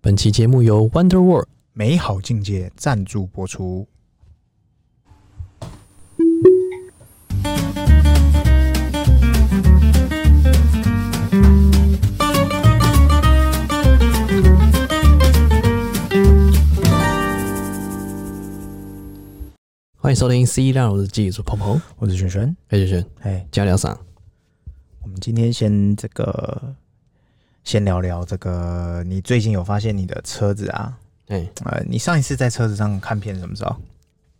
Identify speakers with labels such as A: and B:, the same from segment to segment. A: 本期节目由 Wonder World
B: 美好境界赞助播出。
A: 欢迎收听《C 让我日记》，我是泡泡，
B: 我是璇璇，
A: 黑轩轩，
B: 哎，
A: 加聊啥？
B: 我们今天先这个，先聊聊这个，你最近有发现你的车子啊？
A: 哎、
B: 呃，你上一次在车子上看片什么时候？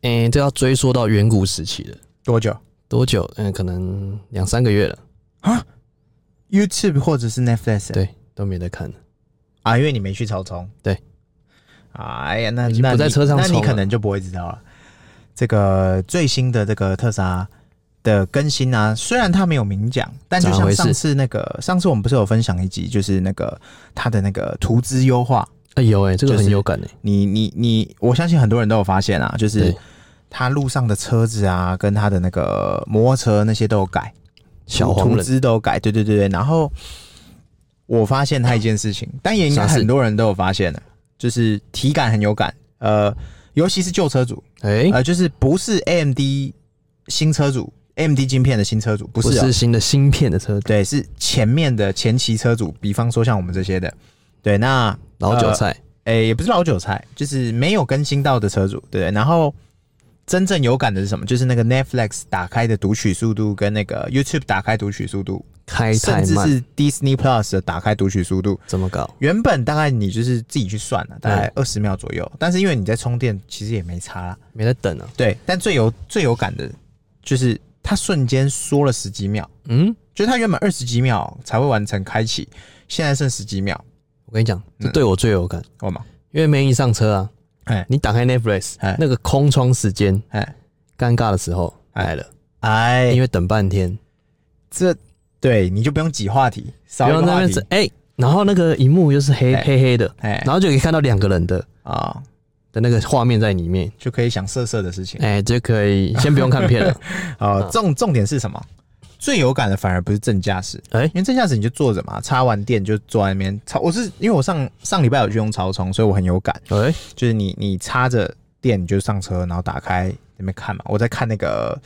A: 哎、这要追溯到远古时期了，
B: 多久
A: 多久？嗯、可能两三个月了，
B: ？YouTube 或者是 Netflix？
A: 对都没得看了。
B: 啊，因为你没去草丛。
A: 对。
B: 哎呀，那
A: 已经
B: 那
A: 不在
B: 你
A: 车上
B: 那你
A: 冲
B: 可
A: 了
B: 能就不会知道了。这个最新的这个特斯拉的更新啊，虽然它没有明讲，但就
A: 怎么
B: 像
A: 回
B: 上
A: 事
B: 次那个，上次我们不是有分享一集，就是那个它的那个图资优化，
A: 哎呦哎、这个
B: 就是
A: 很有感哎、
B: 你你你，我相信很多人都有发现啊，就是
A: 对
B: 他路上的车子啊，跟他的那个摩托车那些都有改，
A: 小黄
B: 图
A: 人
B: 资都有改，对对对对。然后我发现他一件事情，
A: 嗯
B: 但也应该
A: 啥事
B: 很多人都有发现的，啊就是体感很有感，呃，尤其是旧车主，
A: 哎、
B: 呃，就是不是 AMD 新车主，AMD 晶片的新车主，不
A: 不
B: 是、哦，
A: 是啊新的芯片的车，
B: 对，是前面的前期车主，比方说像我们这些的，对，那
A: 老韭菜，
B: 诶、也不是老韭菜，就是没有更新到的车主，对。然后真正有感的是什么？就是那个 Netflix 打开的读取速度跟那个 YouTube 打开读取速度，
A: 开
B: 甚
A: 太
B: 至
A: 慢，
B: 是 Disney Plus 的打开读取速度。
A: 怎么搞？
B: 原本大概你就是自己去算了，大概二十秒左右，但是因为你在充电，其实也没差啦。
A: 没得等啊？
B: 对，但最有最有感的就是它瞬间缩了十几秒，
A: 嗯，
B: 就是它原本二十几秒才会完成开启，现在剩十几秒，
A: 我跟你讲，这
B: 嗯
A: 对我最有感，
B: 好吗？
A: 因为没一上车啊，
B: 哎
A: 你打开 Netflix
B: 哎
A: 那个空窗时间，
B: 哎
A: 尴尬的时候
B: 哎
A: 来了，
B: 哎
A: 因为等半天，
B: 这对你就不用挤话题，少一
A: 然
B: 个
A: 后那
B: 话
A: 边
B: 题
A: 是，哎、然后那个荧幕又是黑
B: 哎
A: 黑黑的，
B: 哎
A: 然后就可以看到两个人的
B: 啊、
A: 的那个画面在里面，
B: 就可以想色色的事 情。
A: 哎、就可以先不用看片 了，
B: 啊、重重点是什么？最有感的反而不是正驾驶，
A: 哎
B: 因为正驾驶你就坐着嘛，插完电就坐在那边插。我是因为我上上礼拜有去用超充，所以我很有感，
A: 哎、
B: 就是你你插着电你就上车，然后打开那边看嘛。我在看那个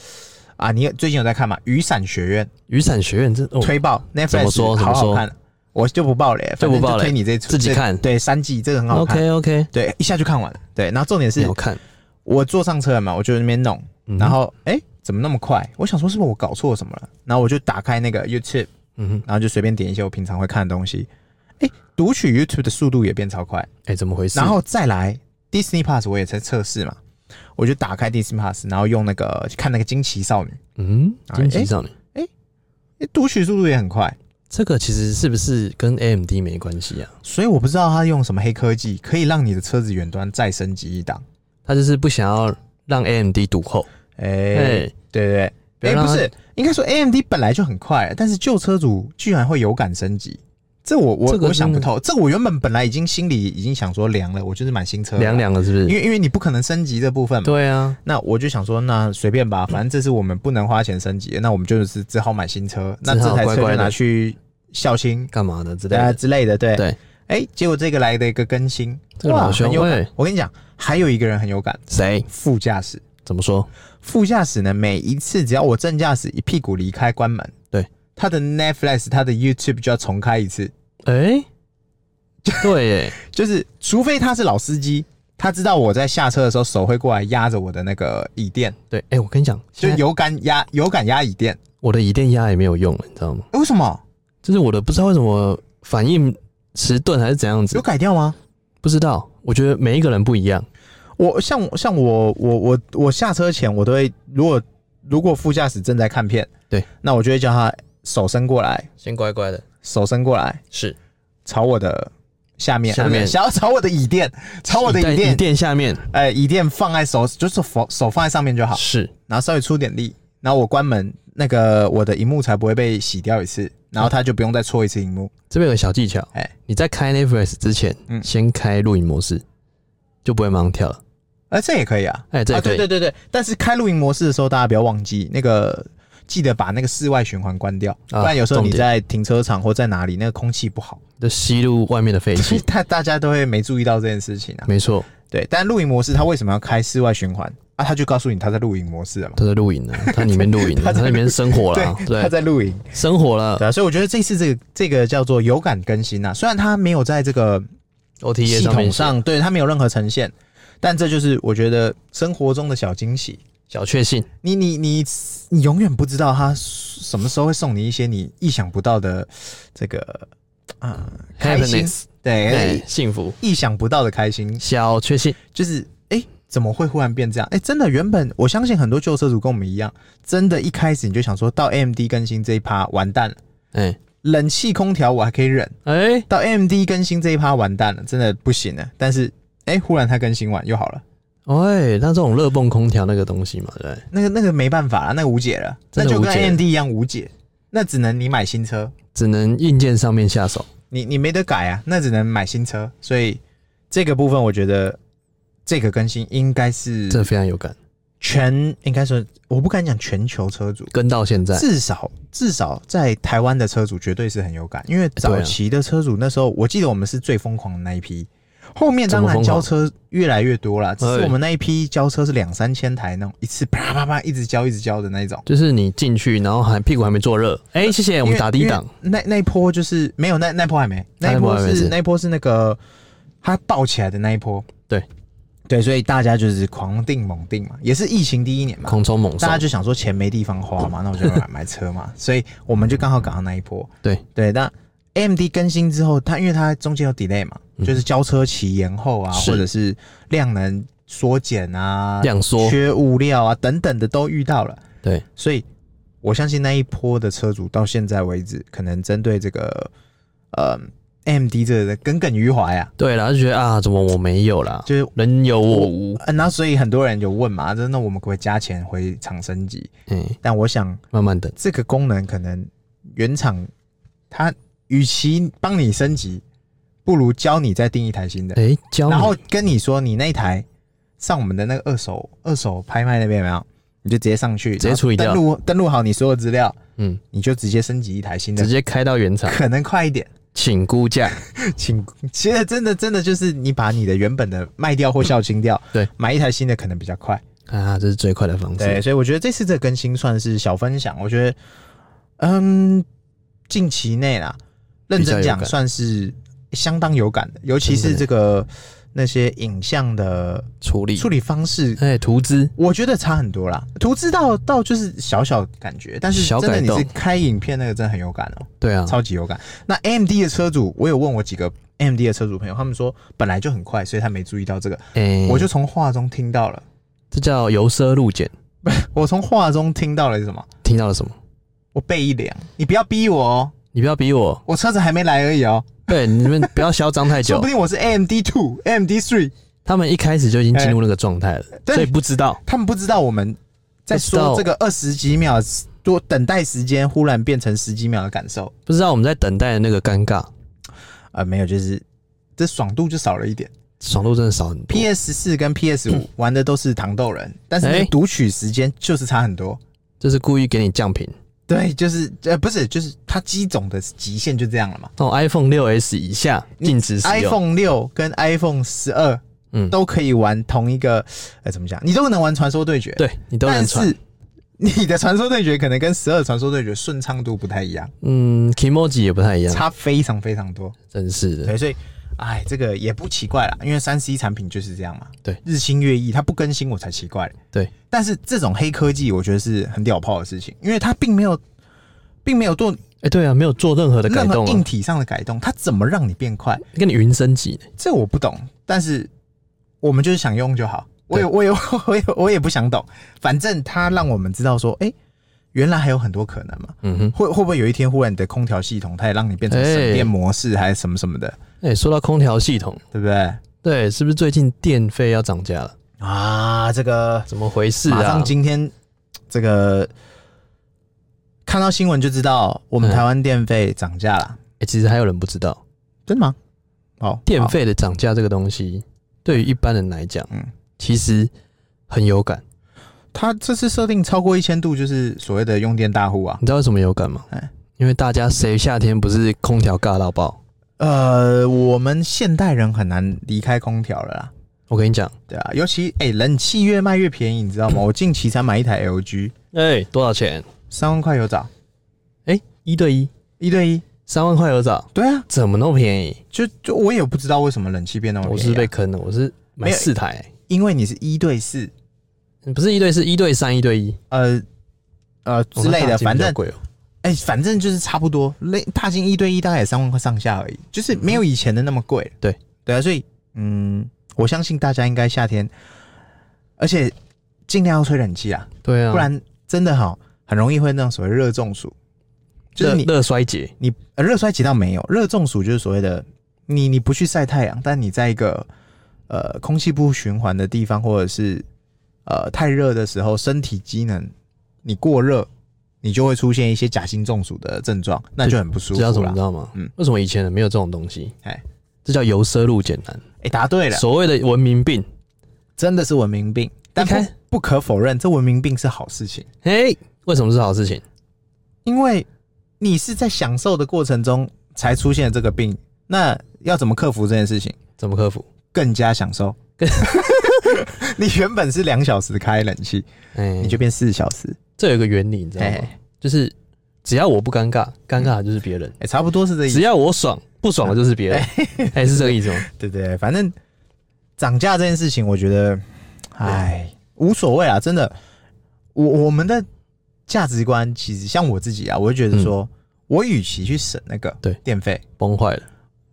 B: 啊，你有最近有在看嘛？《雨伞学院
A: 雨伞学院这哦》，
B: 推爆 Netflix，
A: 怎么说怎
B: 好
A: 么
B: 好
A: 说
B: 看，我就不爆雷，
A: 就不爆
B: 反正
A: 雷
B: 推你这出
A: 自己
B: 这
A: 看
B: 对三季这个很好看。
A: OK OK，
B: 对，一下就看完了。对，然后重点是
A: 好看，
B: 我坐上车了嘛，我就在那边弄，
A: 嗯
B: 然后哎、诶怎么那么快？我想说是不是我搞错什么了？然后我就打开那个 YouTube，
A: 嗯哼，
B: 然后就随便点一些我平常会看的东西。哎、读取 YouTube 的速度也变超快，
A: 哎、怎么回事？
B: 然后再来 Disney Plus，我也在测试嘛，我就打开 Disney Plus，然后用那个看那个惊奇少女，
A: 嗯，
B: 哎
A: 惊奇少女、
B: 诶读取速度也很快，
A: 这个其实是不是跟 AMD 没关系啊？
B: 所以我不知道它用什么黑科技可以让你的车子远端再升级一档。
A: 他就是不想要让 AMD 堵后，
B: 哎、
A: 哎、
B: 对对
A: 不
B: 对，
A: 要
B: 哎、
A: 让
B: 不
A: 它
B: 是，应该说 AMD 本来就很快了，但是旧车主居然会有感升级，这我我、
A: 这个
B: 我想
A: 真
B: 不
A: 的
B: 透。这我原本本来已经心里已经想说凉了，我就是买新车了
A: 凉，凉了是不
B: 因
A: 是？
B: 为因为你不可能升级这部分嘛。
A: 对啊，
B: 那我就想说，那随便吧，反正这是我们不能花钱升级的，那我们就是只好买新车。那
A: 只好
B: 这台车
A: 乖
B: 就
A: 乖地
B: 拿去孝亲
A: 干嘛的之类
B: 啊
A: 的，
B: 之类的，对
A: 对。
B: 哎、结果这个来的一个更新，
A: 这个老兄
B: 很有感
A: 哎。
B: 我跟你讲，还有一个人很有感，
A: 谁
B: 副驾驶。
A: 怎么说？
B: 副驾驶呢，每一次只要我正驾驶一屁股离开关门，
A: 对，
B: 他的 Netflix、他的 YouTube 就要重开一次，
A: 哎、对，哎，
B: 就是除非他是老司机，他知道我在下车的时候手会过来压着我的那个椅垫，
A: 对，哎、我跟你讲，
B: 就
A: 现在
B: 有感压有感压椅垫、
A: 我的椅垫压也没有用了，你知道吗？
B: 诶为什么
A: 就是我的不知道为什么反应迟钝还是怎样子
B: 有，改掉吗？
A: 不知道。我觉得每一个人不一样，
B: 我像像我我我我下车前我都会，如果如果副驾驶正在看片，
A: 对，
B: 那我就会叫他手伸过来，
A: 先乖乖的，
B: 手伸过来
A: 是
B: 朝我的下面，
A: 下面
B: 对不对 想要朝我的椅垫，朝我的椅
A: 垫
B: 垫
A: 椅垫下面
B: 哎，椅垫放在手，就是手手放在上面就好，
A: 是
B: 然后稍微出点力，然后我关门，那个我的荧幕才不会被洗掉一次，然后它就不用再搓一次荧幕。
A: 这边有个小技巧，哎、
B: 哎
A: 你在开 Netflix 之前，
B: 嗯
A: 先开录影模式，就不会马上跳了。
B: 哎、这也可以啊，
A: 哎这也
B: 啊
A: 可以
B: 对对对对。但是开录音模式的时候，大家不要忘记那个，记得把那个室外循环关掉，不
A: 啊
B: 然有时候你
A: 重点
B: 在停车场或在哪里，那个空气不好。
A: 就吸入外面的废
B: 所以
A: 气。
B: 大大家都会没注意到这件事情啊。
A: 没错，
B: 对，但露营模式它为什么要开室外循环啊？他就告诉你他在露营模式了嘛。
A: 他在露营呢，他里面露 营，他
B: 他在
A: 在里面生活啦，
B: 他
A: 对，
B: 在露营。
A: 生活啦
B: 对啊，所以我觉得这次这个这个叫做有感更新啊，虽然它没有在这个
A: ，OTA
B: 系
A: E 上面
B: 统
A: 写
B: 上，对它没有任何呈现，但这就是我觉得生活中的小惊喜。
A: 小确幸，
B: 你你你你永远不知道它什么时候会送你一些你意想不到的这个啊、开心
A: Happiness，，
B: 对
A: 哎，，幸福，
B: 意想不到的开心，
A: 小确幸，
B: 就是哎、诶怎么会忽然变这样？哎、真的，原本我相信很多旧车主跟我们一样，真的，一开始你就想说到 AMD 更新这一趴完蛋了，
A: 哎
B: 冷气空调我还可以忍，
A: 哎，
B: 到 AMD 更新这一趴完蛋了，真的不行了。但是哎、诶忽然它更新完又好了，
A: 喂，哎那这种热泵空调那个东西嘛，对不对，
B: 那个那个没办法了，那个无解了，那
A: 真的
B: 就跟
A: 无解
B: AMD 一样无解，那只能你买新车，
A: 只能硬件上面下手，
B: 你你没得改啊，那只能买新车。所以这个部分我觉得。这个更新应该是
A: 这非常有感，
B: 全，应该说我不敢讲全球车主，
A: 跟到现在，
B: 至少至少在台湾的车主绝对是很有感，因为
A: 啊
B: 早期的车主那时候，我记得我们是最疯狂的那一批。后面当然
A: 怎
B: 交
A: 么疯
B: 车越来越多了，只
A: 哎
B: 是我们那一批交车是两三千台那种，一次啪啪啪一直交一直交的那种。
A: 就是你进去，然后还屁股还没坐热，哎，谢谢，我
B: 因
A: 们
B: 为
A: 打第一档，，
B: 因为那那一波就是没有那那一波还没，那一
A: 那一波
B: 波
A: 还没
B: 是
A: 是
B: 那一波是那个它爆起来的那一波。
A: 对
B: 对，所以大家就是狂订猛订嘛，也是疫情第一年嘛，
A: 狂冲猛
B: 大家
A: 送，
B: 就想说钱没地方花嘛，那我就买买车嘛，所以我们就刚好赶上那一波。
A: 对
B: 对，但 AMD 更新之后，它因为它中间有 delay 嘛，就是交车期延后啊，
A: 嗯是
B: 或者是量能缩减啊、
A: 量缩，
B: 缺物料啊等等的都遇到了，
A: 对，
B: 所以我相信那一波的车主到现在为止，可能针对这个呃 AMD 这个耿耿于怀啊，
A: 对啦，就觉得啊，怎么我没有啦，
B: 就是
A: 人有我无，
B: 嗯，那所以很多人有问嘛，啊就是那我们可不可以加钱回厂升级？
A: 哎，
B: 但我想。
A: 慢慢等，
B: 这个功能可能原厂它与其帮你升级，不如教你再订一台新的，
A: 哎，教你
B: 然后跟你说你那一台上我们的那个二手二手拍卖那边有没有，你就直接上
A: 直
B: 去，
A: 接
B: 然后
A: 处理掉
B: 登录登录好你所有资料，
A: 嗯，
B: 你就直接升级一台新的
A: 直，接开到原厂，
B: 可能快一点。
A: 请估价，
B: 请，其实真的真的就是你把你的原本的卖掉或校清掉，
A: 对，
B: 买一台新的可能比较快。
A: 啊，这是最快的方
B: 对，
A: 式，
B: 所以我觉得这次这个更新算是小分享。我觉得，嗯，近期内啦，认真
A: 比较有
B: 讲
A: 感
B: 算是相当有感的，尤其是这个那些影像的
A: 处理
B: 处理方式，
A: 哎，图资
B: 我觉得差很多啦。图知道到就是小小感觉，但是
A: 小
B: 真的
A: 改
B: 你
A: 动
B: 是开影片那个真的很有感哦、
A: 对啊，
B: 超级有感。那 AMD 的车主，我有问我几个 AMD 的车主朋友，他们说本来就很快，所以他没注意到这个，
A: 哎，
B: 我就从话中听到了，
A: 这叫由奢入俭，
B: 我从话中听到了什么？
A: 听到了什么？
B: 我背一凉，你不要逼我哦，
A: 你不要逼我，
B: 我车子还没来而已哦，
A: 对你们不要嚣张太
B: 说
A: 久
B: 不，定我是 AMD two、AMD three，
A: 他们一开始就已经进入那个状态了，
B: 哎对
A: 所以不知道，
B: 他们不知道我们在说这个二十几秒多等待时间，忽然变成十几秒的感受，
A: 不知道我们在等待的那个尴尬，
B: 呃，没有，就是这爽度就少了一点。
A: 爽度真的少很多。
B: PS 四跟 PS 五玩的都是糖豆人，但是那个
A: 哎
B: 读取时间就是差很多。
A: 就是故意给你降频。
B: 对，就是呃，不是，就是它机种的极限就这样了嘛。
A: 那种哦 iPhone 六 S 以下禁止使用。
B: iPhone 六跟 iPhone 十二，
A: 嗯
B: 都可以玩同一个，呃，怎么讲？你都能玩传说对决，
A: 对你都能
B: 但
A: 传
B: 是。你的传说对决可能跟十二传说对决顺畅度不太一样，
A: 嗯 k i m o j i 也不太一样，
B: 差非常非常多。
A: 真是的。
B: 对，所以，哎，这个也不奇怪啦，因为三 C 产品就是这样嘛。
A: 对
B: 日新月异，它不更新我才奇怪嘞。
A: 对，
B: 但是这种黑科技，我觉得是很屌炮的事情，因为它并没有，并没有做
A: 哎、对啊，没有做任何的改
B: 任何
A: 动
B: 硬
A: 啊，
B: 体上的改动，它怎么让你变快？
A: 跟你云升级呢。
B: 这我不懂，但是我们就是想用就好。我也我也我也我也不想懂，反正它让我们知道说，哎、原来还有很多可能嘛。
A: 嗯哼，
B: 会会不会有一天忽然你的空调系统它也让你变成省电模式还是什么什么的，
A: 哎、说到空调系统，
B: 对不对？
A: 对，是不是最近电费要涨价了？
B: 啊，这个
A: 怎么回事
B: 马上
A: 啊？
B: 今天这个看到新闻就知道，我们
A: 嗯
B: 台湾电费涨价了，
A: 哎、其实还有人不知道，
B: 真的吗？哦，
A: 电
B: 好
A: 费的涨价这个东西，对于一般人来讲，
B: 嗯
A: 其实很有感。
B: 它这次设定超过一千度就是所谓的用电大户啊，
A: 你知道为什么有感吗
B: 哎？
A: 因为大家谁夏天不是空调尬到爆？
B: 呃，我们现代人很难离开空调了啦，
A: 我跟你讲，
B: 对啊，尤其哎、冷气越卖越便宜，你知 道吗？我近期才买一台 LG，
A: 哎、多少钱？
B: 三万块有找，
A: 哎、一对一，
B: 一对一，
A: 三万块有找，
B: 对啊，
A: 怎么那么便宜？
B: 就就我也不知道为什么冷气变那么
A: 我
B: 便宜啊、
A: 是被坑了，我是买
B: 没有
A: 四台、
B: 因为你是一对四，
A: 不是一对四，一对三，一对一
B: 呃呃
A: 哦
B: 之
A: 那
B: 类
A: 大
B: 的，
A: 金
B: 反
A: 比较
B: 正
A: 贵哦。
B: 哎、反正就是差不多，类踏进一对一大概也三万块上下而已，就是没有以前的那么贵。
A: 嗯对
B: 对啊，所以嗯，我相信大家应该夏天，而且尽量要吹冷气啊，
A: 对啊，
B: 不然真的好很容易会那种所谓热中暑，就是
A: 热
B: 你
A: 热衰竭，
B: 你呃热衰竭倒没有，热中暑就是所谓的你你不去晒太阳，但你在一个呃空气不循环的地方，或者是呃太热的时候，身体机能你过热，你就会出现一些假性中暑的症状，那就很不舒
A: 这叫什
B: 服
A: 么
B: 了
A: 你知。道吗？
B: 嗯
A: 为什么以前人没有这种东西？
B: 哎
A: 这叫由奢入俭难，
B: 哎、答对了，
A: 所谓的文明病。
B: 真的是文明病，但
A: 你
B: 不
A: 看
B: 不可否认，这文明病是好事情，
A: 哎、为什么是好事情？
B: 因为你是在享受的过程中才出现了这个病，那要怎么克服这件事情？
A: 怎么克服？
B: 更加享受。你原本是两小时开冷气，
A: 哎、
B: 你就变四小时，
A: 这有一个原理，你知道吗
B: 哎？
A: 就是只要我不尴尬，尴尬的就是别人；
B: 哎、差不多是这意
A: 只
B: 思。
A: 要我爽，不爽的就是别人。 哎、是这个意思吗？
B: 对对对，反正涨价这件事情，我觉得，哎，无所谓啊，真的。我我们的价值观其实像我自己啊，我就觉得说，我与其去省那个
A: 对
B: 电费，
A: 崩坏了，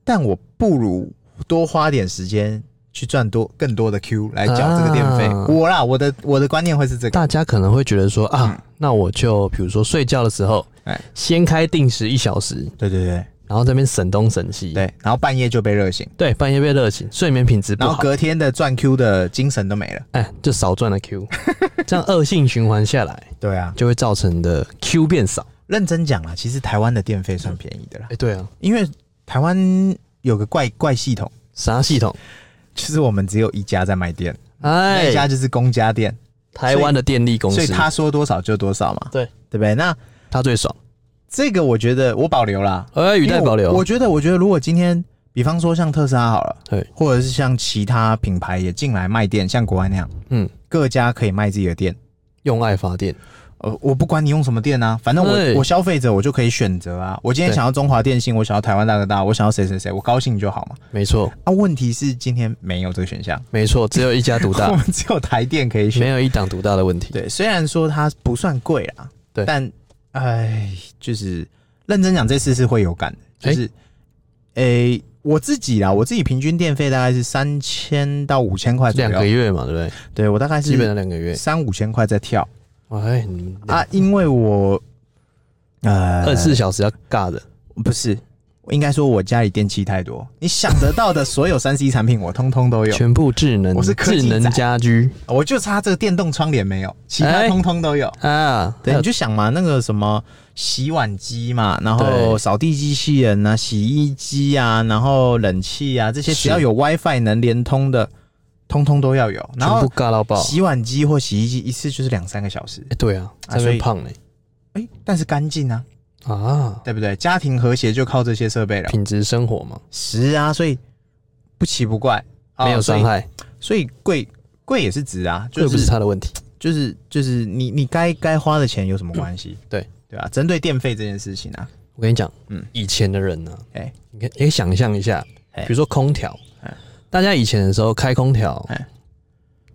B: 但我不如多花点时间去赚多更多的 Q 来缴这个电费。
A: 啊
B: 我啦，我的我的观念会是这个。
A: 大家可能会觉得说啊，那我就比如说睡觉的时候，
B: 嗯哎
A: 先开定时一小时，
B: 对对对
A: 然后这边省东省西，
B: 对，然后半夜就被热醒。
A: 对，半夜被热醒，睡眠品质不
B: 然后
A: 好，
B: 隔天的赚 Q 的精神都没了。
A: 哎，就少赚了 Q，这样 恶性循环下来，
B: 对啊，
A: 就会造成的 Q 变少。
B: 认真讲啦，其实台湾的电费算便宜的啦
A: 哎、，对啊，
B: 因为台湾有个怪怪系统，
A: 啥系统？
B: 就是我们只有一家在卖电，那
A: 哎
B: 一，家就是公家电，
A: 台湾的电力公
B: 所以
A: 司，
B: 他说多少就多少嘛，
A: 对
B: 对不对？那
A: 他最爽。
B: 这个我觉得我保留啦，
A: 哎，语带保
B: 因
A: 留
B: 为我。我觉得，我觉得如果今天，比方说像特斯拉好了，
A: 对，
B: 或者是像其他品牌也进来卖电，像国外那样，
A: 嗯，
B: 各家可以卖自己的电。
A: 用爱发电，
B: 呃，我不管你用什么电啊，反正
A: 对
B: 我我消费者我就可以选择啊。我今天
A: 对
B: 想要中华电信，我想要台湾大哥大，我想要谁谁谁，我高兴就好嘛。
A: 没错，
B: 啊，问题是今天没有这个选项，
A: 没错，只有一家独大
B: 我，们只有台电可以选
A: 没。有一党独大的问题。
B: 对，虽然说它不算贵啦，
A: 对
B: 但哎，就是认真讲，这次是会有感的，就是，诶、我自己啦，我自己平均电费大概是三千到五千块左
A: 两个
B: 右，
A: 月嘛，对不对？
B: 对我大概
A: 基本
B: 是
A: 上两个月。
B: 三五千块在跳
A: 哎，你们
B: 啊，因为我呃
A: 二十四小时要尬的，
B: 不是，我应该说我家里电器太多，你想得到的所有三 C 产品我通通都有，
A: 全部智能，
B: 哎我是科技
A: 智
B: 仔
A: 能家居
B: 我就差这个电动窗帘没有，其他
A: 哎
B: 通通都有。
A: 啊。
B: 对，
A: 还有
B: 你就想嘛，那个什么洗碗机嘛，然后
A: 对
B: 扫地机器人啊、洗衣机啊，然后冷气啊，这些
A: 是
B: 只要有 WiFi 能连通的，通通都要有。然
A: 全部
B: 后
A: 尬到爆。
B: 洗碗机或洗衣机一次就是两三个小时，
A: 哎，对啊，
B: 啊
A: 在那
B: 所以
A: 边胖嘞
B: 哎、但是干净啊，
A: 啊，
B: 对不对？家庭和谐就靠这些设备了。
A: 品质生活嘛，
B: 是啊，所以不奇不怪，啊
A: 没有伤害，
B: 所以所以贵贵也是值啊，
A: 这
B: 就
A: 不是
B: 是
A: 他的问题。
B: 就是就是你你该该花的钱有什么关系？
A: 嗯对
B: 对啊，针对电费这件事情啊，
A: 我跟你讲，
B: 嗯
A: 嗯，以前的人呢，
B: 哎
A: 你看，也想象一下，
B: 哎
A: 比如说空调
B: 哎，
A: 大家以前的时候开空调
B: 哎，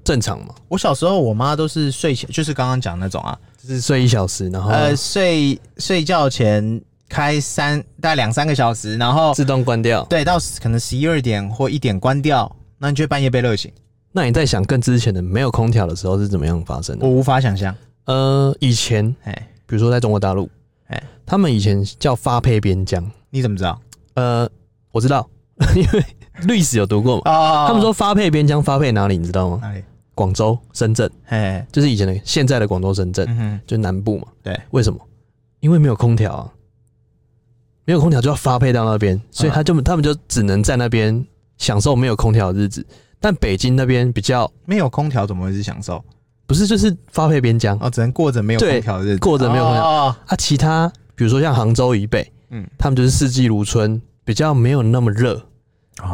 A: 正常嘛，
B: 我小时候，我妈都是睡前，就是刚刚讲那种啊，
A: 就是睡一小时，然后
B: 呃，睡睡觉前开三大概两三个小时，然后
A: 自动关掉。
B: 对到可能十一二点或一点关掉，那你就会半夜被热醒。
A: 那你在想更之前的没有空调的时候是怎么样发生
B: 我
A: 的？
B: 无法想象，
A: 呃，以前
B: 哎，
A: 比如说在中国大陆，
B: 哎
A: 哎，他们以前叫发配边疆。
B: 你怎么知道？
A: 呃，我知道， 因为历史有读过嘛。
B: 哦，
A: 他们说发配边疆发配哪里，你知道吗？
B: 哪里？
A: 广州、深圳，
B: 哎，
A: 就是以前的现在的广州、深圳，
B: 嗯哼，
A: 就是南部嘛。
B: 对，
A: 为什么？因为没有空调啊，没有空调就要发配到那边，所以他
B: 嗯
A: 就、他们就只能在那边享受没有空调的日子。但北京那边比较
B: 没有空调怎么会是享受？
A: 不是，就是发配边疆
B: 哦，只能过着没有
A: 对
B: 空调的日子，
A: 过着没有空调
B: 哦，
A: 啊。其他比如说像杭州以北，
B: 嗯
A: 嗯，他们就是四季如春，比较没有那么热啊、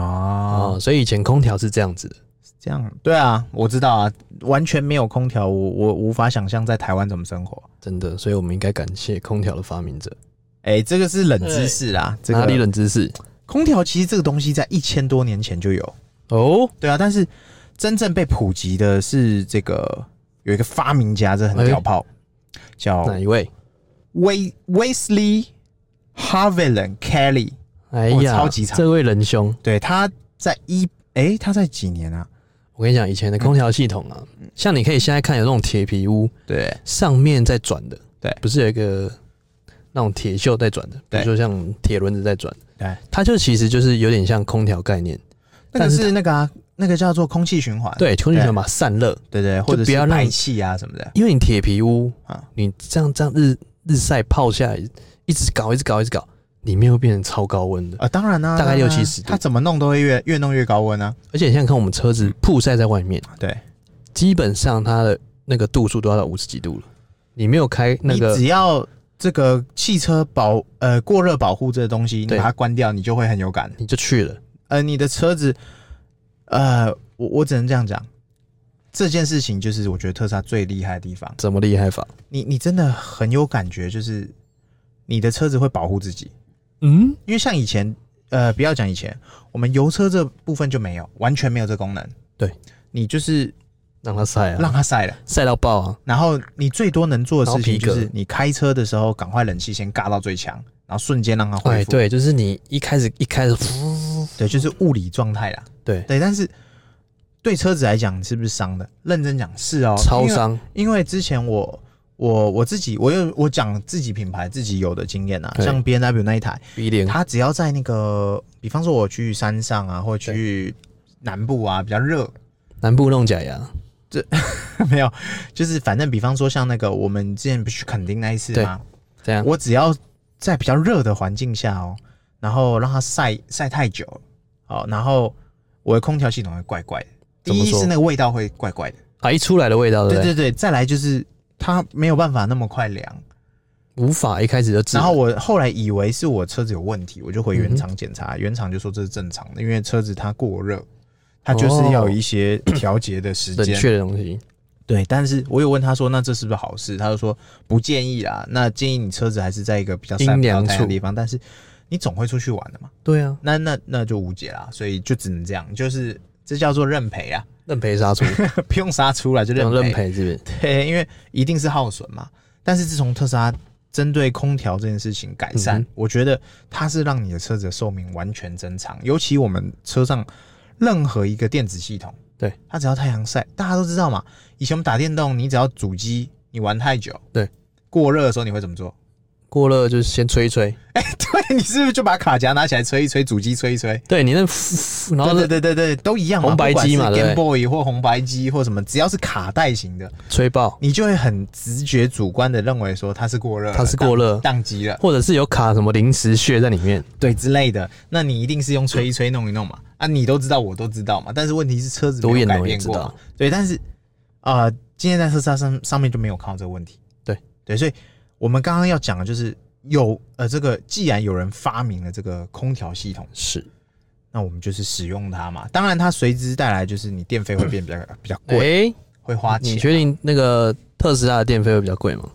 B: 哦，
A: 所以以前空调是这样子的。
B: 这样对啊，我知道啊，完全没有空调，我我无法想象在台湾怎么生活。
A: 真的，所以我们应该感谢空调的发明者。
B: 哎、这个是冷知识啦，这
A: 哪里
B: 个
A: 冷知识？
B: 空调其实这个东西在一千多年前就有，
A: 哦，
B: 对啊，但是真正被普及的是这个有一个发明家，这很屌炮，叫
A: 哎哪一位？
B: 威 Wesley Harveland Kelly，
A: 哎
B: 哇
A: 呀，
B: 超级长
A: 这位仁兄，
B: 对，他在一哎、他在几年啊？
A: 我跟你讲，以前的空调系统啊，
B: 嗯
A: 像你可以现在看有那种铁皮屋，
B: 对，
A: 上面在转的，
B: 对
A: 不是有一个那种铁锈在转的，比
B: 对
A: 如说像铁轮子在转，
B: 对，
A: 它就其实就是有点像空调概念，
B: 那个
A: 但是
B: 是那个啊，那个叫做空气循环，
A: 对，空气循环嘛散热，
B: 对对，或者
A: 不要让
B: 是排气啊什么的
A: 因为你铁皮屋，
B: 啊，
A: 你这样这样日日晒泡下来，一直搞一直搞一直搞，里面会变成超高温的，
B: 呃，当然啊，
A: 大概
B: 当然啊
A: 60度
B: 它怎么弄都会越越弄越高温啊，
A: 而且你现在看我们车
B: 嗯
A: 子曝晒在外面，
B: 对，
A: 基本上它的那个度数都要到五十几度了，你没有开那
B: 你
A: 个
B: 只要这个汽车保呃过热保护这个东西，你
A: 对
B: 把它关掉，你就会很有感。
A: 你就去了，
B: 呃，你的车子，呃，我我只能这样讲，这件事情就是我觉得特斯拉最厉害的地方，
A: 怎么厉害法？
B: 你你真的很有感觉，就是你的车子会保护自己，
A: 嗯，
B: 因为像以前，呃，不要讲以前，我们油车这部分就没有，完全没有这功能。
A: 对，
B: 你就是
A: 让它晒啊，
B: 让它晒了，
A: 晒到爆啊，
B: 然后你最多能做的事情就
A: 然后皮
B: 是你开车的时候赶快冷气先尬到最强，然后瞬间让它恢
A: 哎，
B: 复。
A: 对，就是你一开始一开始，
B: 对，就是物理状态啦。
A: 对，
B: 对，但是对车子来讲，你是不是伤的？认真讲是哦，
A: 超
B: 因为。
A: 伤，
B: 因为之前我我我自己，我有我讲自己品牌自己有的经验啊，
A: 对嗯
B: 像 B N W 那一台，
A: 鼻梁，
B: 它只要在那个，比方说我去山上啊，或去南部啊，比较热，
A: 南部弄假牙，
B: 没有，就是反正比方说像那个我们之前不是去垦丁那一次吗？
A: 这样，
B: 我只要在比较热的环境下哦，然后让它晒晒太久了，好，然后我的空调系统会怪怪的。
A: 怎
B: 第
A: 么
B: 一
A: 说
B: 是那个味道会怪怪的，
A: 啊，一出来的味道，对
B: 对
A: 不对？
B: 对对，再来就是它没有办法那么快凉。
A: 无法一开始就治，
B: 然后我后来以为是我车子有问题，我就回原厂检
A: 嗯
B: 查，原厂就说这是正常的，因为车子它过热，它就是要有一些调节的时
A: 哦冷
B: 间。
A: 却的东西，
B: 对，但是我有问他说，那这是不是好事？他就说不建议啦，那建议你车子还是在一个比较晒
A: 阴
B: 不到
A: 凉
B: 太阳的
A: 处
B: 地方，但是你总会出去玩的嘛，
A: 对啊，
B: 那那那就无解啦，所以就只能这样，就是这叫做认赔啊，
A: 认赔杀出，
B: 不用杀出来就认
A: 用哦
B: 赔，
A: 认赔是不是？
B: 对，因为一定是耗损嘛。但是自从特斯拉针对空调这件事情改善，
A: 嗯哼
B: 我觉得它是让你的车子的寿命完全增长。尤其我们车上任何一个电子系统，
A: 对
B: 它只要太阳晒，大家都知道嘛。以前我们打电动，你只要主机你玩太久，
A: 对，
B: 过热的时候你会怎么做？
A: 过热就是先吹一吹，
B: 对你是不是就把卡夹拿起来吹一吹，主机吹一吹？
A: 对你那，然后
B: 对对对对对，都一样嘛，
A: 红白机嘛对
B: 不管是
A: 不对
B: Game Boy 或红白机或什么，只要是卡带型的，
A: 吹爆，
B: 你就会很直觉主观的认为说它是过热了，
A: 它是过热，
B: 宕机了，
A: 或者是有卡什么临时屑在里面，
B: 对之类的，那你一定是用吹一吹弄一弄嘛。啊，你都知道，我都知道嘛。但是问题是车子
A: 独
B: 没有
A: 眼
B: 改
A: 龙也
B: 变
A: 知
B: 过嘛
A: 道，，
B: 对。但是啊、呃今天在特斯拉上上面就没有看到这个问题，
A: 对
B: 对。所以我们刚刚要讲的就是有呃，这个既然有人发明了这个空调系统，
A: 是
B: 那我们就是使用它嘛。当然，它随之带来就是你电费会变比较比较贵，
A: 哎，
B: 会花
A: 你
B: 钱，
A: 确定那个特斯拉的电费会比较贵吗？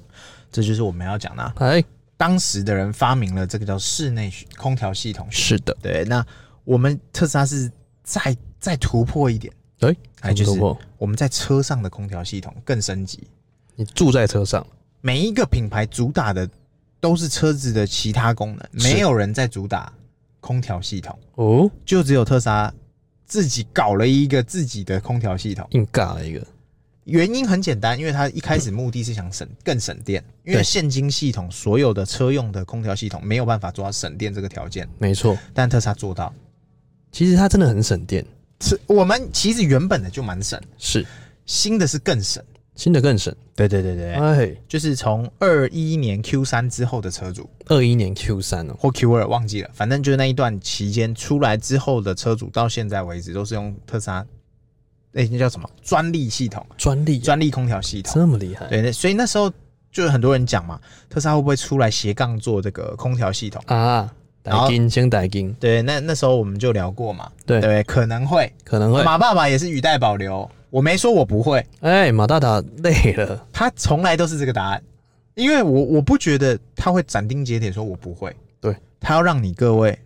B: 这就是我们要讲的啊、
A: 哎，
B: 当时的人发明了这个叫室内空调系统，
A: 是的，
B: 对，那我们特斯拉是再再突破一点，
A: 哎，
B: 哎，就
A: 怎么突
B: 是
A: 破
B: 我们在车上的空调系统更升级。
A: 你住在车上，
B: 每一个品牌主打的都是车子的其他功能，
A: 是
B: 没有人在主打空调系统，
A: 哦，
B: 就只有特斯拉自己搞了一个自己的空调系统。
A: 硬尬了一个，
B: 原因很简单，因为它一开始目的是想省更省电，因为
A: 对
B: 现今系统所有的车用的空调系统没有办法做到省电这个条件，
A: 没错。
B: 但特斯拉做到。
A: 其实它真的很省电，
B: 是我们其实原本的就蛮省，
A: 是
B: 新的是更省。
A: 新的更省。
B: 对对对对，
A: 哎，
B: 就是从二一年 Q 三之后的车主
A: 二一年 Q 三哦，
B: 或 Q 二忘记了，反正就是那一段期间出来之后的车主到现在为止都是用特斯拉，那、那叫什么专利系统、
A: 专利、啊、
B: 专利空调系统。
A: 这么厉害，
B: 对，那所以那时候就有很多人讲嘛，特斯拉会不会出来斜杠做这个空调系统？
A: 啊，
B: 然后
A: 逮金先逮金，
B: 对，那那时候我们就聊过嘛，
A: 对
B: 对，可能会。
A: 可能会。
B: 马爸爸也是语带保留，我没说我不会，
A: 哎、马大大累了，
B: 他从来都是这个答案，因为我我不觉得他会斩钉截铁说我不会，
A: 对
B: 他要让你各位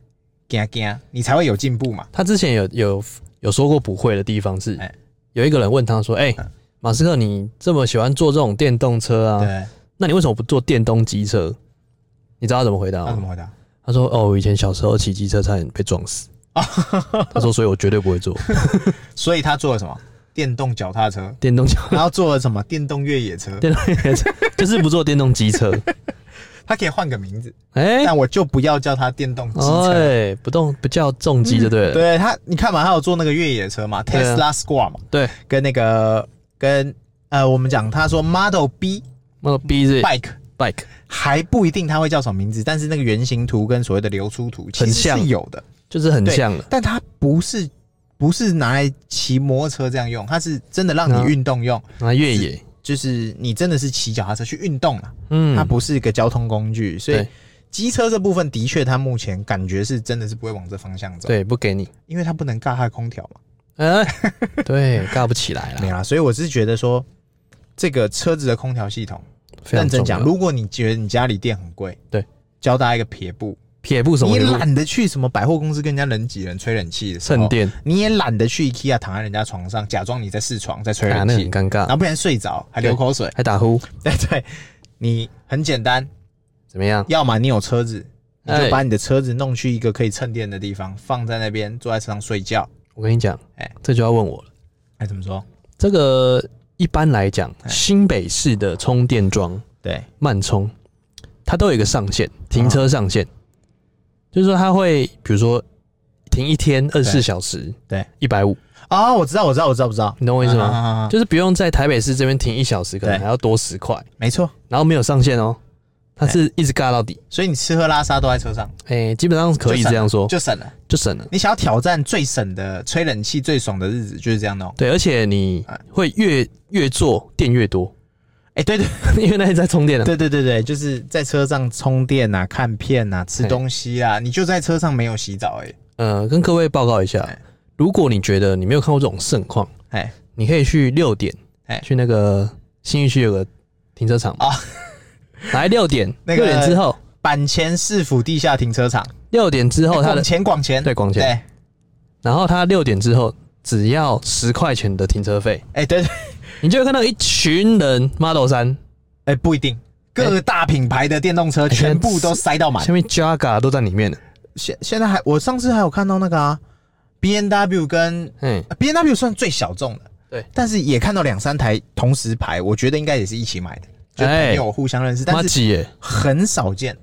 B: 惊惊，你才会有进步嘛。
A: 他之前有有有说过不会的地方是，
B: 哎
A: 有一个人问他说：“哎、
B: 嗯
A: 马斯克，你这么喜欢坐这种电动车啊？
B: 对，
A: 那你为什么不坐电动机车？你知道他怎么回答
B: 那怎
A: 吗？
B: 么回答？
A: 他说：“哦，我以前小时候骑机车差点被撞 死。他说：“所以我绝对不会坐
B: 所以他做了什么？电动脚踏车，
A: 电动脚，
B: 然后做了什么？电动越野车，
A: 电动越野车 就是不坐电动机 车。
B: 他可以换个名字，
A: 哎、
B: 但我就不要叫他电动机
A: 哦，
B: 车。嗯
A: 哎，不动不叫重机就对了。
B: 对他，你看嘛，他有做那个越野车嘛
A: 对啊
B: ，Tesla Squad 嘛，
A: 对
B: 跟那个跟呃，我们讲他说 Model B
A: 那 B 是
B: Bike。
A: bike，
B: 还不一定它会叫什么名字，但是那个原型图跟所谓的流出图其
A: 很
B: 实
A: 像
B: 是有的，
A: 就是很
B: 对
A: 像了。
B: 但它不是不是拿来骑摩托车这样用，它是真的让
A: 嗯
B: 你运动用，
A: 那越野，
B: 就是你真的是骑脚踏车去运动了，
A: 嗯，
B: 它不是一个交通工具，所以
A: 对
B: 机车这部分的确它目前感觉是真的是不会往这方向走，，
A: 对，不给你，
B: 因为它不能尬它的空调嘛，
A: 哎、对，尬不起来
B: 没
A: 啦，
B: 有啦，所以我是觉得说这个车子的空调系统，
A: 非
B: 认
A: 常
B: 真
A: 重要
B: 讲，。如果你觉得你家里电很贵，
A: 对，
B: 教大家一个撇步。
A: 撇步什么
B: 你也
A: 撇步？
B: 懒得去什么百货公司跟人家人挤人吹冷气的时
A: 蹭
B: 候，
A: 电，
B: 你也懒得去 IKEA 躺在人家床上假装你在试床在吹
A: 啊，
B: 冷
A: 那
B: 气，
A: 很尴
B: 然后
A: 尬，
B: 不然睡着还流口水。
A: 还打呼，
B: 对对，你很简单，
A: 怎么样？
B: 要么你有车子，你
A: 哎
B: 就把你的车子弄去一个可以蹭电的地方，放在那边坐在车上睡觉。
A: 我跟你讲，
B: 哎
A: 这就要问我了。
B: 哎，怎么说？
A: 这个一般来讲，
B: 哎
A: 新北市的充电桩
B: 对，
A: 慢充，它都有一个上限，
B: 嗯
A: 停车上限，就是说它会，比如说停一天二十四小时，
B: 对，
A: 一百五，
B: 哦，我知道，我知道，我知道，我知道，
A: 你懂我意思
B: 啊
A: 吗？
B: 啊啊啊
A: 就是不用在台北市这边停一小时，可能
B: 对
A: 还要多十块，
B: 没错。
A: 然后没有上限哦，它是一直尬到底，
B: 所以你吃喝拉撒都在车上，
A: 哎，基本上可以这样说，
B: 就省了。
A: 就省了。
B: 你想要挑战最省的吹冷气最爽的日哦子，就是这样弄。
A: 对，而且你
B: 哎
A: 会越越做电越多，
B: 哎，对对
A: 因为那是在充 电啊。
B: 对对对对，就是在车上充电啊、看片啊、吃
A: 嘿
B: 东西啊，你就在车上没有洗澡哎、
A: 呃，跟各位报告一下
B: 哎，
A: 如果你觉得你没有看过这种盛况，
B: 欸，哎，
A: 你可以去六点，
B: 哎
A: 去那个新义区有个停车场嘛
B: 啊，
A: 来六点，
B: 那
A: 六
B: 个
A: 点之后，
B: 板前市府地下停车场，
A: 六点之哦后它
B: 广
A: 的
B: 前广前，
A: 对广
B: 对，
A: 前，
B: 哎、
A: 然后它六点之后只要十块钱的停车费，
B: 哎对对，
A: 你就会看到一群人 Model 三
B: 哎、不一定，各大品牌的电动车
A: 哎现在
B: 全部都塞到满。
A: 下面 Jaga 都在里面了，
B: 现现在还，我上次还有看到那个啊，B N W 跟
A: 嗯，
B: B N W 算最小众的，
A: 对，
B: 但是也看到两三台同时排，我觉得应该也是一起买的，就
A: 哎
B: 朋友互相认识，
A: 妈
B: 但是
A: 几耶，
B: 很少见，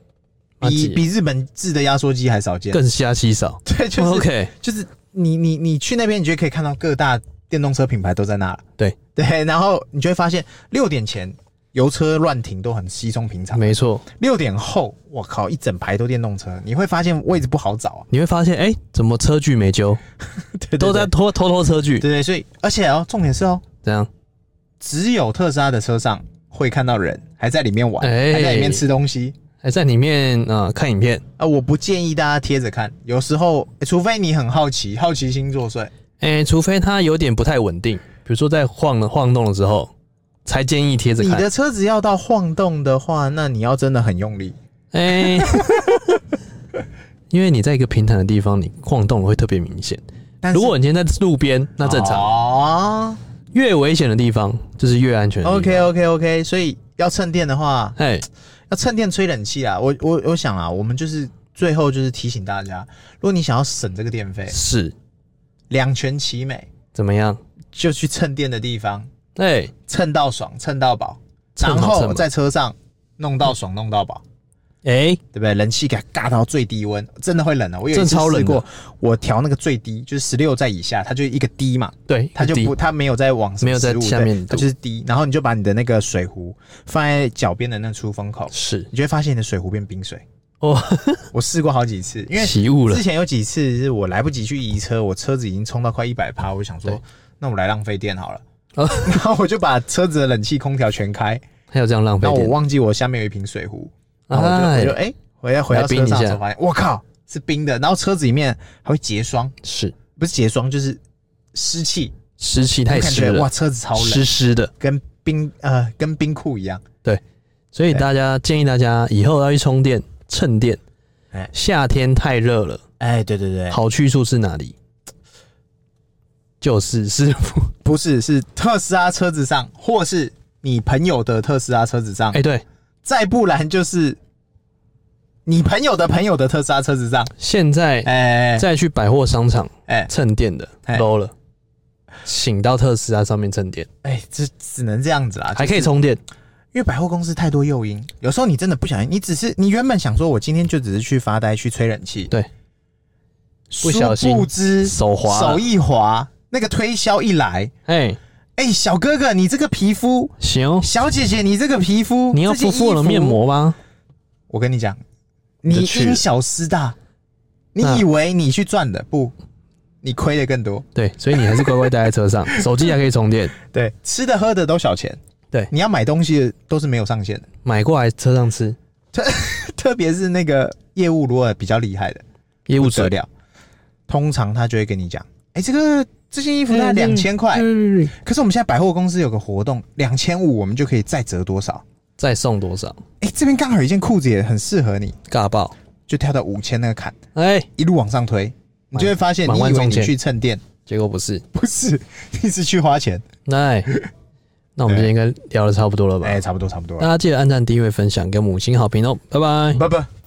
A: 妈
B: 比
A: 几
B: 比日本制的压缩机还少见。
A: 更瞎稀少。
B: 对，就是
A: 哦 OK，
B: 就是你你你去那边，你就可以看到各大电动车品牌都在那了。
A: 对
B: 对，然后你就会发现六点前油车乱停都很稀松平常，
A: 没错，
B: 六点后我靠一整排都电动车，你会发现位置不好找啊。
A: 你会发现，哎、怎么车距没揪，
B: 对
A: 都在偷偷偷车距，
B: 对对，所以而且哦，重点是哦，
A: 这样
B: 只有特斯拉的车上会看到人还在里面玩，
A: 哎
B: 还在里面吃东西。
A: 还哎在里面啊、呃看影片。
B: 啊，我不建议大家贴着看，有时候、欸除非你很好奇，好奇心作祟。
A: 哎、除非它有点不太稳定，比如说在晃了晃动的时候，才建议贴着
B: 你
A: 看。
B: 的车子要到晃动的话，那你要真的很用力。
A: 哎， 因为你在一个平坦的地方，你晃动会特别明显。
B: 但是
A: 如果你今天在路边，那正常。
B: 哦
A: 越危险的地方，就是越安全的地方。
B: OK OK OK，所以要蹭电的话，
A: 哎，
B: 要蹭电吹冷气啊。我我我想啊，我们就是最后就是提醒大家，如果你想要省这个电费，
A: 是
B: 两全其美，
A: 怎么样？
B: 就去蹭电的地方
A: 哎，
B: 蹭到爽，蹭到饱，
A: 蹭
B: 然
A: 好蹭
B: 后
A: 嘛
B: 在车上弄到爽，弄到饱。
A: 哎，
B: 对不对？冷气给它尬到最低温，真的会冷的。啊我有一
A: 真
B: 次
A: 超冷
B: 试
A: 的
B: 过，我调那个最低，就是十六在以下，它就一个低嘛，
A: 对，
B: 它就
A: 低
B: 不，它没有在往
A: 没有在
B: 15
A: 下
B: 对
A: 面
B: 它就是低。然后你就把你的那个水壶放在脚边的那出风口，
A: 是
B: 你就会发现你的水壶变冰水。
A: 哦，
B: 我试过好几次，因 为
A: 起雾了
B: 之。前有几次是我来不及去移车，我车子已经冲到快一百趴，我就想
A: 对
B: 说，那我来浪费电好了。
A: 哦
B: 然后我就把车子的冷气空调全开，
A: 还有这样浪费
B: 那我
A: 电，
B: 忘记我下面有一瓶水壶，然后我就
A: 哎
B: 我就哎、回到回
A: 来
B: 到
A: 冰
B: 车
A: 一
B: 上的
A: 下
B: 时候发现，我靠，是冰的，然后车子里面还会结霜，
A: 是
B: 不是结霜就是湿气，
A: 湿气太
B: 你感
A: 湿
B: 觉哇，
A: 了，
B: 车子超冷，
A: 湿湿的，
B: 跟冰呃跟冰库一样。
A: 所以
B: 对
A: 大家建议大家以后要去充电蹭电
B: 哎。
A: 夏天太热了，
B: 哎，对对对，
A: 好去处是哪里？就是师傅。
B: 不是是特斯拉车子上，或是你朋友的特斯拉车子上，
A: 哎、对，
B: 再不然就是你朋友的朋友的特斯拉车子上。
A: 现在
B: 哎
A: 再去百货商场
B: 哎
A: 蹭电的
B: 哎
A: low 了，请到特斯拉上面蹭电，
B: 哎，这只能这样子啦，
A: 还可以
B: 哎就是
A: 充电。
B: 因为百货公司太多诱因，有时候你真的不小心，你只是你原本想说，我今天就只是去发呆去吹冷气，
A: 对，
B: 殊
A: 不小心
B: 不知
A: 手滑了
B: 手一滑，那个推销一来，
A: 哎、
B: 哎、小哥哥你这个皮肤，
A: 行，哦
B: 小姐姐你这个皮肤，
A: 你要
B: 这件
A: 敷
B: 衣
A: 敷我的
B: 服
A: 面，膜吗？
B: 我跟你讲，
A: 你就
B: 你
A: 去
B: 因小失大，你
A: 那
B: 以为你去赚的，不，你亏的更多。
A: 对，所以你还是乖乖待在车 上，手机还可以充电，
B: 对，吃的喝的都小钱，
A: 对
B: 你要买东西的都是没有上限的，
A: 买过来车上吃，
B: 特别是那个业务如果比较厉害的。
A: 业务
B: 不得
A: 者
B: 了。通常他就会跟你讲，哎、这个这件衣服
A: 嗯
B: 大概两千块，可是我们现在百货公司有个活动，两千五我们就可以再折多少？
A: 再送多少？
B: 哎、这边刚好有一件裤子也很适合你，
A: 尬爆！
B: 就跳到五千那个坎，
A: 哎、
B: 一路往上推，你就会发现，
A: 满
B: 你
A: 万
B: 以为
A: 中
B: 你
A: 箭
B: 去蹭店，
A: 结果不是，
B: 不是， 你是去花钱。
A: 哎、那我们今天应该聊的差不多了吧？
B: 哎、差不多差不多
A: 大
B: 了，
A: 家记得按赞、订阅、分享，给我们五星好评哦，拜拜。
B: 不不。